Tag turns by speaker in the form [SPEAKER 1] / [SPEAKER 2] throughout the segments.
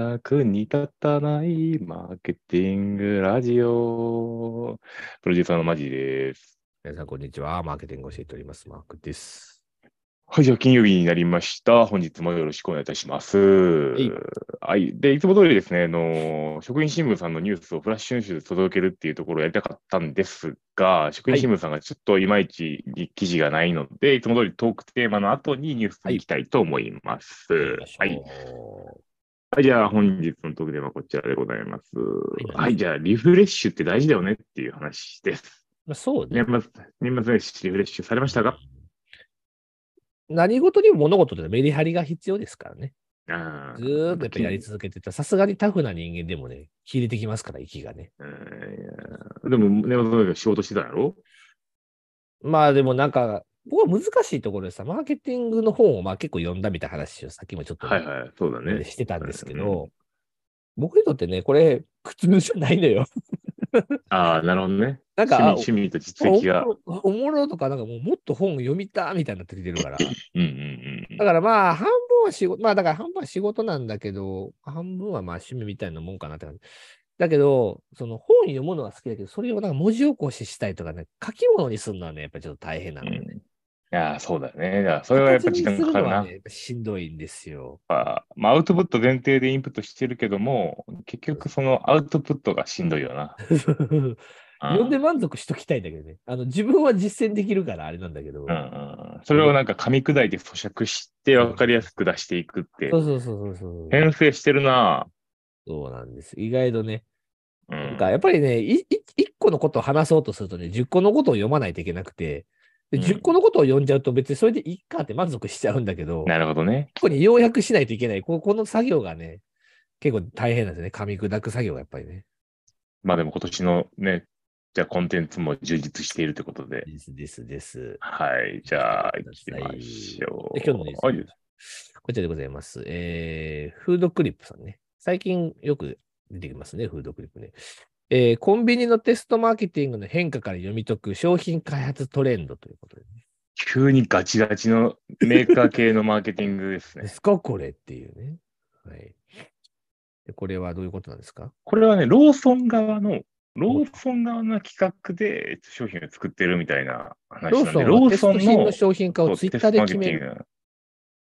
[SPEAKER 1] 役に立たないマーケティングラジオ。プロデューサーのマジです。
[SPEAKER 2] 皆さん、こんにちは。マーケティングを教えております。マークです。
[SPEAKER 1] はい、じゃあ金曜日になりました。本日もよろしくお願いいたします。
[SPEAKER 2] い
[SPEAKER 1] はい。で、いつも通りですね、あの、職員新聞さんのニュースをフラッシュ収集で届けるっていうところをやりたかったんですが、職員新聞さんがちょっといまいち記事がないので、い、つも通りトークテーマの後にニュースに行きたいと思います。はい。はい、じゃあ本日の特典はこちらでございます。
[SPEAKER 2] い
[SPEAKER 1] はい、じゃあリフレッシュって大事だよねっていう話です。
[SPEAKER 2] まあそうね
[SPEAKER 1] 年。末、年末年始リフレッシュされましたか
[SPEAKER 2] 何事にも物事ってメリハリが必要ですからね。
[SPEAKER 1] あ
[SPEAKER 2] ずーっとやっぱりやり続けてたら、さすがにタフな人間でもね、切れてきますから、息がね。
[SPEAKER 1] ーいやでも年末年始仕事してたやろ
[SPEAKER 2] まあでもなんか、僕は難しいところでさ、マーケティングの本をまあ結構読んだみたいな話をさっきもちょっとね、
[SPEAKER 1] はいはい、そうだね。
[SPEAKER 2] してたんですけど、僕にとってね、これ、苦痛じゃないのよ。
[SPEAKER 1] ああ、なるほどね。
[SPEAKER 2] なんか、あ
[SPEAKER 1] 趣味趣味と実績が。
[SPEAKER 2] おおもろとか、なんかもうもっと本読みたみたいになってき てるから。
[SPEAKER 1] うんうんうん
[SPEAKER 2] だからまあ、半分は仕事、まあだから半分は仕事なんだけど、半分はまあ趣味みたいなもんかなって感じ。だけど、その本読むのは好きだけど、それをなんか文字起こししたりとかね、書き物にするのはね、やっぱりちょっと大変なのよね。
[SPEAKER 1] うん。ああ、そうだね。だからそれはやっぱ時間かかるな。
[SPEAKER 2] 形にすのはねやっぱしんどいんですよ。
[SPEAKER 1] まあまあ、アウトプット前提でインプットしてるけども、結局そのアウトプットがしんどいよ な。
[SPEAKER 2] 読
[SPEAKER 1] うん
[SPEAKER 2] んで満足しときたいんだけどね。あの、自分は実践できるからあれなんだけど。
[SPEAKER 1] うんうんそれをなんか噛み砕いて咀嚼して分かりやすく出していくって
[SPEAKER 2] そ、うそうそうそうそう。
[SPEAKER 1] 編成してるな
[SPEAKER 2] そうなんです。意外とね。
[SPEAKER 1] ぁ。う
[SPEAKER 2] なん
[SPEAKER 1] ん
[SPEAKER 2] かやっぱりね、いい一個のことを話そうとするとね、10個のことを読まないといけなくて、で
[SPEAKER 1] うん
[SPEAKER 2] 10個のことを読んじゃうと別にそれでいいかって満足しちゃうんだけど、
[SPEAKER 1] なるほどね。
[SPEAKER 2] ここに要約しないといけない、ここの作業がね、結構大変なんですね。噛み砕く作業がやっぱりね。
[SPEAKER 1] まあでも今年のね、じゃあコンテンツも充実しているということで。
[SPEAKER 2] ですですです。
[SPEAKER 1] はい、じゃあ行きましょう。
[SPEAKER 2] で今日のニュース
[SPEAKER 1] はいです
[SPEAKER 2] こちらでございます。えー、フードクリップさんね。最近よく出てきますね、フードクリップね。えー、コンビニのテストマーケティングの変化から読み解く商品開発トレンドということで、
[SPEAKER 1] 急にガチガチのメーカー系のマーケティングです
[SPEAKER 2] で
[SPEAKER 1] ね。
[SPEAKER 2] すかこれっていうね。はい。でこれはどういうことなんですか
[SPEAKER 1] これはね、ローソン側の、ローソン側の企画で商品を作ってるみたいな
[SPEAKER 2] ロ
[SPEAKER 1] 話な
[SPEAKER 2] ー
[SPEAKER 1] ん
[SPEAKER 2] ソ
[SPEAKER 1] で、
[SPEAKER 2] ンはテスト
[SPEAKER 1] ソン
[SPEAKER 2] 品の
[SPEAKER 1] の
[SPEAKER 2] 商品化
[SPEAKER 1] そ
[SPEAKER 2] を
[SPEAKER 1] う
[SPEAKER 2] ツイッターで
[SPEAKER 1] テスト
[SPEAKER 2] 決
[SPEAKER 1] マーケティン
[SPEAKER 2] める。
[SPEAKER 1] グな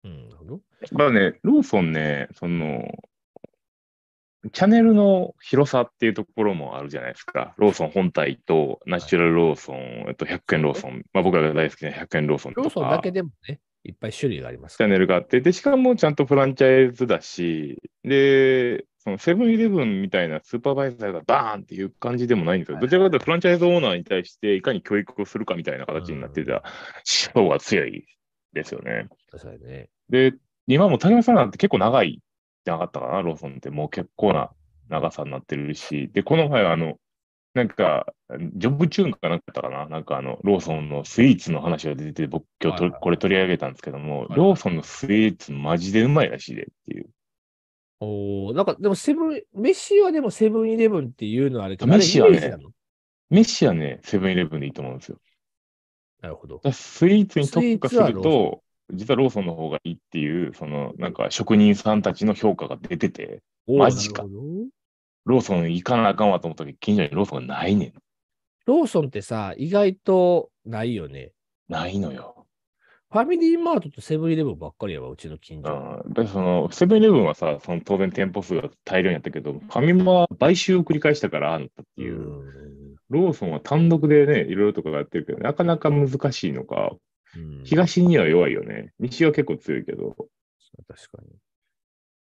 [SPEAKER 2] うん、なるほど。
[SPEAKER 1] まあね、ローソンね、その、チャンネルの広さっていうところもあるじゃないですか。ローソン本体と、ナチュラルローソン、えっと、100円ローソン、まあ、僕らが大好きな100円ローソンと
[SPEAKER 2] ロ
[SPEAKER 1] か、
[SPEAKER 2] ーソンだけでもね、いっぱい種類があります
[SPEAKER 1] チ
[SPEAKER 2] か
[SPEAKER 1] ャ
[SPEAKER 2] ら。
[SPEAKER 1] ンネルがあって、で、しかもちゃんとフランチャイズだし、で、そのセブンイレブンみたいなスーパーバイザーがバーンっていう感じでもないんですよ。
[SPEAKER 2] はい
[SPEAKER 1] どちらかというとフランチャイズオーナーに対していかに教育をするかみたいな形になってた思想が強いですよね。
[SPEAKER 2] 確かにね。
[SPEAKER 1] で、今も竹山さんなんて結構長いじゃなかったかな、ローソンって。もう結構な長さになってるし。で、この前はあの、なんか、ジョブチューンかなんかだったかななんかあの、ローソンのスイーツの話が出て、僕今日と
[SPEAKER 2] はいはい
[SPEAKER 1] これ取り上げたんですけども、
[SPEAKER 2] いはい
[SPEAKER 1] ローソンのスイーツマジでうまいらしいでっていう。
[SPEAKER 2] おーなんかでもセブン、飯はでもセブンイレブンっていうのはあれか
[SPEAKER 1] 飯はね
[SPEAKER 2] なの
[SPEAKER 1] メッシはね、セブンイレブンでいいと思うんですよ。
[SPEAKER 2] なるほど
[SPEAKER 1] だ。からスイーツに特化す
[SPEAKER 2] スイー
[SPEAKER 1] る
[SPEAKER 2] ツはロ
[SPEAKER 1] と、実はローソンの方がいいっていう、その、なんか職人さんたちの評価が出てて、
[SPEAKER 2] おー
[SPEAKER 1] マジか
[SPEAKER 2] なるほど
[SPEAKER 1] ローソン行かなあかんわと思ったけど、近所にローソンがないねん。
[SPEAKER 2] ローソンってさ、意外とないよね。
[SPEAKER 1] ないのよ。
[SPEAKER 2] ファミリーマートとセブンイレブンばっかりやわ、うちの近所。
[SPEAKER 1] うんでそのセブンイレブンはさ、その当然店舗数が大量にあったけど、ファミマは買収を繰り返したからああなったっていう、
[SPEAKER 2] うん
[SPEAKER 1] ローソンは単独でね、いろいろとかやってるけど、なかなか難しいのか、
[SPEAKER 2] うん
[SPEAKER 1] 東には弱いよね、西は結構強いけど、
[SPEAKER 2] 確かに。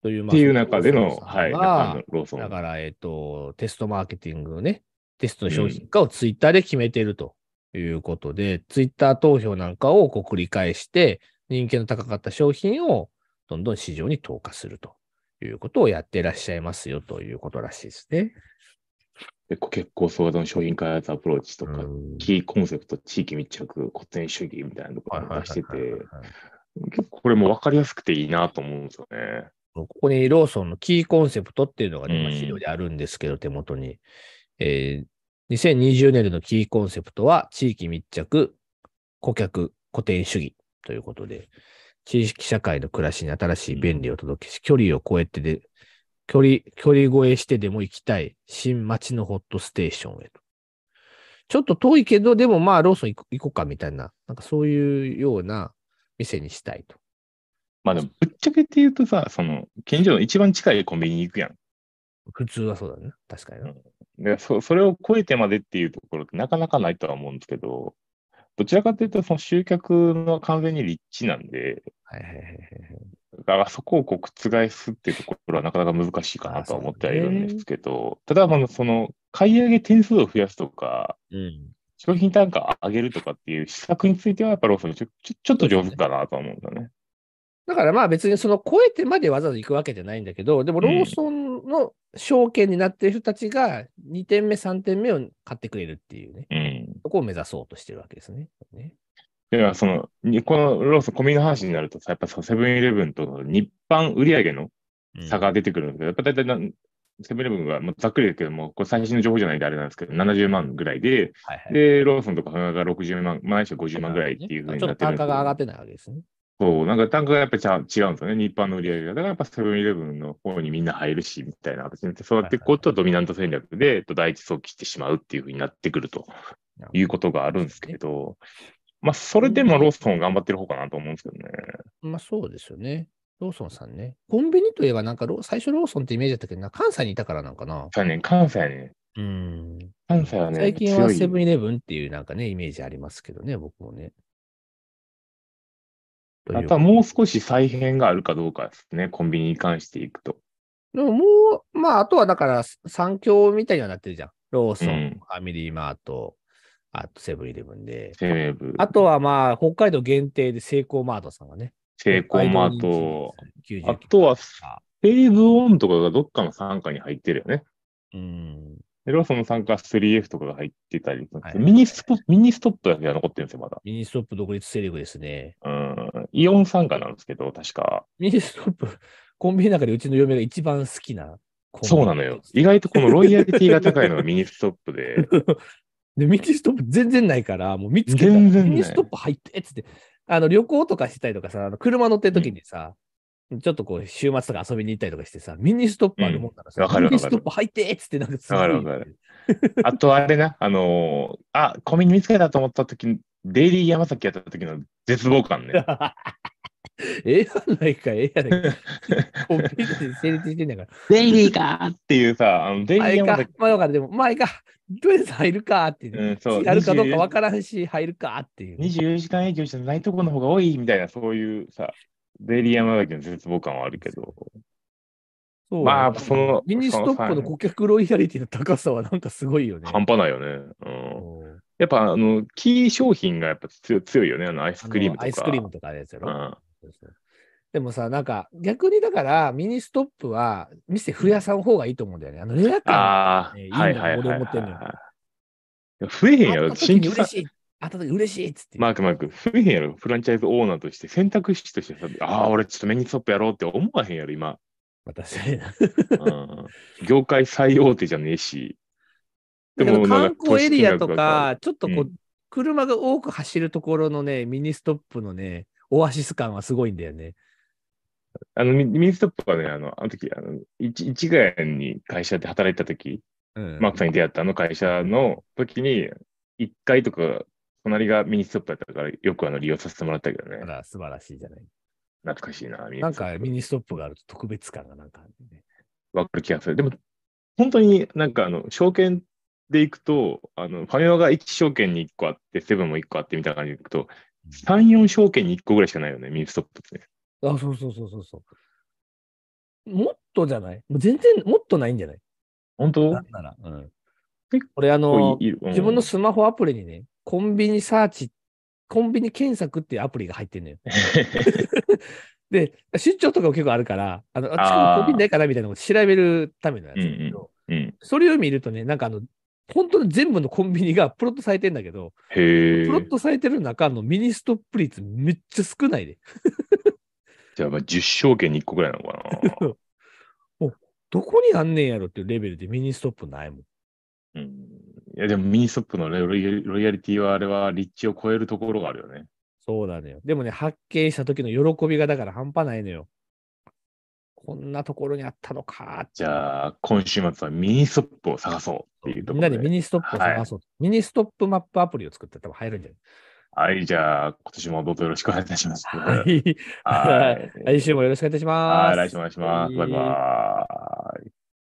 [SPEAKER 2] という、まあ
[SPEAKER 1] っていう中で
[SPEAKER 2] そ
[SPEAKER 1] の、
[SPEAKER 2] さん
[SPEAKER 1] はい、
[SPEAKER 2] が
[SPEAKER 1] 中のローソン。
[SPEAKER 2] だから、えっ、と、テストマーケティングをね、テストの商品化をツイッターで決めているということで、ツイッター投票なんかをこう繰り返して、人気の高かった商品をどんどん市場に投下するということをやってらっしゃいますよということらしいですね。
[SPEAKER 1] で結構相談商品開発アプローチとか、
[SPEAKER 2] うん
[SPEAKER 1] キーコンセプト、地域密着、古典主義みたいなのとかも出してて、
[SPEAKER 2] はい
[SPEAKER 1] 結構これも分かりやすくていいなと思うんですよね。
[SPEAKER 2] ここにローソンのキーコンセプトっていうのがね、まあ
[SPEAKER 1] うん
[SPEAKER 2] 資料であるんですけど、手元に。えー2020年度のキーコンセプトは、地域密着、顧客、古典主義ということで、地域社会の暮らしに新しい便利を届けし、距離を超えてで距離、距離越えしてでも行きたい。新町のホットステーションへと。ちょっと遠いけど、でもまあ、ローソン行こ行こうかみたいな、なんかそういうような店にしたいと。
[SPEAKER 1] まあでも、ぶっちゃけて言うとさ、その、近所の一番近いコンビニに行くやん。
[SPEAKER 2] 普通はそうだね。確かにな。
[SPEAKER 1] でそそれを超えてまでっていうところってなかなかないとは思うんですけど、どちらかというと、その集客の完全に立地なんで、
[SPEAKER 2] はいはいはいはい。
[SPEAKER 1] だからそこをこう覆すっていうところはなかなか難しいかなとは思ってはいる
[SPEAKER 2] あそうんね
[SPEAKER 1] ですけど、ただ、まあその、買い上げ点数を増やすとか、
[SPEAKER 2] うん。
[SPEAKER 1] 商品単価上げるとかっていう施策については、やっぱローソンちょちょちょっと上手かなとは思うんだね。
[SPEAKER 2] だからまあ別にその超えてまでわざわざ行くわけじゃないんだけど、でもローソンの証券になってる人たちが2点目、3点目を買ってくれるっていうね、
[SPEAKER 1] うん。
[SPEAKER 2] そこを目指そうとしてるわけですね。ね
[SPEAKER 1] では、その、にこのローソン、コミの話になるとさ、やっぱそうセブンイレブンと日販売上の差が出てくるんですけど、やっぱ大体なん、セブンイレブンが、まあざっくりですけども、これ最新の情報じゃないんであれなんですけど、70万ぐらいで、
[SPEAKER 2] はいはい、
[SPEAKER 1] で、ローソンとかファミマが60万、まあ、ないしは50万ぐらいっていうふうに
[SPEAKER 2] ちょ
[SPEAKER 1] な
[SPEAKER 2] っと
[SPEAKER 1] ってるんですけ
[SPEAKER 2] 単価
[SPEAKER 1] ど
[SPEAKER 2] が上がってないわけですね。
[SPEAKER 1] そう、なんか単価がやっぱりちゃ違うんですよね。日販の売り上げが。だからやっぱセブンイレブンの方にみんな入るし、みたいな形になって、そうやっていくことはドミナント戦略で、えっと第一早期してしまうっていうふうになってくるということがあるんですけど、まあ、それでもローソン頑張ってる方かなと思うんですけどね。
[SPEAKER 2] まあそうですよね。ローソンさんね。コンビニといえばなんかロー最初ローソンってイメージだったけどな、関西にいたからなんかな。
[SPEAKER 1] さあね、関西ね、
[SPEAKER 2] うん。
[SPEAKER 1] 関西はね、
[SPEAKER 2] 最近は
[SPEAKER 1] 強い
[SPEAKER 2] セブンイレブンっていうなんかね、イメージありますけどね、僕もね。とい
[SPEAKER 1] あ
[SPEAKER 2] う
[SPEAKER 1] とはもう少し再編があるかどうかですね、コンビニに関していくと。
[SPEAKER 2] でももう、まあ、あとはだから、三強みたいにはなってるじゃん。ローソン、
[SPEAKER 1] うん
[SPEAKER 2] ファミリーマート、あとセブンイレブンで。
[SPEAKER 1] セブンイレブン、
[SPEAKER 2] あとはまあ、北海道限定でセイコーマートさんがね。
[SPEAKER 1] セイコーマート、
[SPEAKER 2] 北海道人気99
[SPEAKER 1] あとはフェーズオンとかがどっかの傘下に入ってるよね。
[SPEAKER 2] うん。
[SPEAKER 1] で、ローソンの参加 3F とかが入ってたり、
[SPEAKER 2] はい
[SPEAKER 1] ミニストップ、ミニストップだけが残ってるんですよ、まだ。
[SPEAKER 2] ミニストップ独立セレブですね。
[SPEAKER 1] うん。イオン参加なんですけど、確か。
[SPEAKER 2] ミニストップ、コンビニの中でうちの嫁が一番好きなコンビニ
[SPEAKER 1] そうなのよ。意外とこのロイヤリティが高いのがミニストップ で、
[SPEAKER 2] で、ミニストップ全然ないから、もう見つけたら、
[SPEAKER 1] 全然ない
[SPEAKER 2] ミニストップ入ってっつって、あの旅行とかしてたりとかさ、あの車乗ってる時にさ、ちょっとこう週末とか遊びに行ったりとかしてさ、ミニストップあるもんならさ、
[SPEAKER 1] うんわかる
[SPEAKER 2] ミ
[SPEAKER 1] わかる
[SPEAKER 2] ニストップ入ってっつってなんかすごい
[SPEAKER 1] わかるわかあとあれな、あのーあ、コンビニ見つけたと思った時に、デイリー山崎やった時の絶望感 ね。
[SPEAKER 2] ええやないか、ええやないか。コンビニで成立してんだから。
[SPEAKER 1] デイリーかーっていうさ、あのデイリ
[SPEAKER 2] あ
[SPEAKER 1] ー
[SPEAKER 2] れ
[SPEAKER 1] 山
[SPEAKER 2] か
[SPEAKER 1] 崎、、
[SPEAKER 2] まあだからでも、まああれか、とりあえず入るかっていう。
[SPEAKER 1] うん、そう、
[SPEAKER 2] やるかどうかわ
[SPEAKER 1] 24
[SPEAKER 2] からんし、入るかっていう。
[SPEAKER 1] 24時間営業じゃないとこの方が多いみたいな、そういうさ、デイリー山崎の絶望感はあるけど、
[SPEAKER 2] そう
[SPEAKER 1] まあその
[SPEAKER 2] ミニストップの顧客ロイヤリティの高さはなんかすごいよね。
[SPEAKER 1] 半端ないよね。うん。
[SPEAKER 2] うん
[SPEAKER 1] やっぱあの、キー商品がやっぱ強強いよね、あのアイスクリームとか。
[SPEAKER 2] あのアイスクリームとかのやつや
[SPEAKER 1] う
[SPEAKER 2] ろ。
[SPEAKER 1] ん
[SPEAKER 2] そうそうでもさ、なんか逆にだからミニストップは店増やさん方がいいと思うんだよね。あのレア感
[SPEAKER 1] ああ、
[SPEAKER 2] ね
[SPEAKER 1] はいはい
[SPEAKER 2] いいん
[SPEAKER 1] はいはい
[SPEAKER 2] だよ俺思ってんのよ
[SPEAKER 1] いや増えへんや
[SPEAKER 2] あ
[SPEAKER 1] ろ、
[SPEAKER 2] った時
[SPEAKER 1] 新
[SPEAKER 2] に
[SPEAKER 1] 規さ
[SPEAKER 2] 嬉しい。あった時嬉しいっつって。
[SPEAKER 1] マークマーク、増えへんやろ、フランチャイズオーナーとして、選択肢としてさ、ああ、俺ちょっとメニストップやろうって思わへんやろ、今。
[SPEAKER 2] 私ね。
[SPEAKER 1] うん、業界最大手じゃねえ し。
[SPEAKER 2] だけど
[SPEAKER 1] なん
[SPEAKER 2] 観
[SPEAKER 1] か
[SPEAKER 2] 光エリアと
[SPEAKER 1] 都市計画が
[SPEAKER 2] か、ちょっとこう、
[SPEAKER 1] うん
[SPEAKER 2] 車が多く走るところのね、ミニストップのね、オアシス感はすごいんだよね。
[SPEAKER 1] あの、ミミニストップはね、あの、あの時、あの、一一概に会社で働いた時、
[SPEAKER 2] うん。
[SPEAKER 1] マークさんに出会ったあの会社の時に、1階とか、隣がミニストップだったから、よくあの利用させてもらったけどね
[SPEAKER 2] あ。ら素晴らしいじゃない。
[SPEAKER 1] 懐かしいな、ミニ
[SPEAKER 2] なん
[SPEAKER 1] ストッ
[SPEAKER 2] かミニストップがあると特別感がなんかあるんだよね。
[SPEAKER 1] プ。わかる気がする。でも、本当になんかあの、証券で行くと、あの、ファミマが1証券に1個あって、セブンも1個あってみたいな感じで行くと、3、4証券に1個ぐらいしかないよね、ミニストップってね。
[SPEAKER 2] あ、そうそうそうそうそう。もっとじゃないもう全然もっとないんじゃない
[SPEAKER 1] 本当
[SPEAKER 2] なんなら。うん
[SPEAKER 1] 結。
[SPEAKER 2] これあの、
[SPEAKER 1] いいうん
[SPEAKER 2] 自分のスマホアプリにね、コンビニサーチ、コンビニ検索っていうアプリが入って んのよ。で、出張とかも結構あるから、あの、
[SPEAKER 1] あー
[SPEAKER 2] あ近くコンビニないかなみたいなのを調べるためのやつだけど、
[SPEAKER 1] うん。
[SPEAKER 2] それを見るとね、なんかあの、本当の全部のコンビニがプロットされてんだけど、
[SPEAKER 1] へえ
[SPEAKER 2] プ。ロットされてる中のミニストップ率めっちゃ少ないで。。
[SPEAKER 1] じゃあ、まあ10証券に1個ぐらいなのかな
[SPEAKER 2] どこにあんねんやろっていうレベルでミニストップないもん。
[SPEAKER 1] うんいやでもミニストップのロイロイヤリティはあれは立地を超えるところがあるよね。
[SPEAKER 2] そうなのよ。でもね、発見した時の喜びがだから半端ないのよ。こんなところにあったのかって。
[SPEAKER 1] じゃあ、今週末はミニストップを探そうっていうとこ
[SPEAKER 2] みんな
[SPEAKER 1] ろ
[SPEAKER 2] で
[SPEAKER 1] で。
[SPEAKER 2] ミニストップを探そう。ミニストップマップアプリを作ったら多分入るんじゃ
[SPEAKER 1] はい、じゃあ、今年もどうぞよろしくお願いいたします。
[SPEAKER 2] ない はい。
[SPEAKER 1] はい。
[SPEAKER 2] 来週もよろしくお願いいたします。
[SPEAKER 1] はい、来週お願いします。バイバーイ。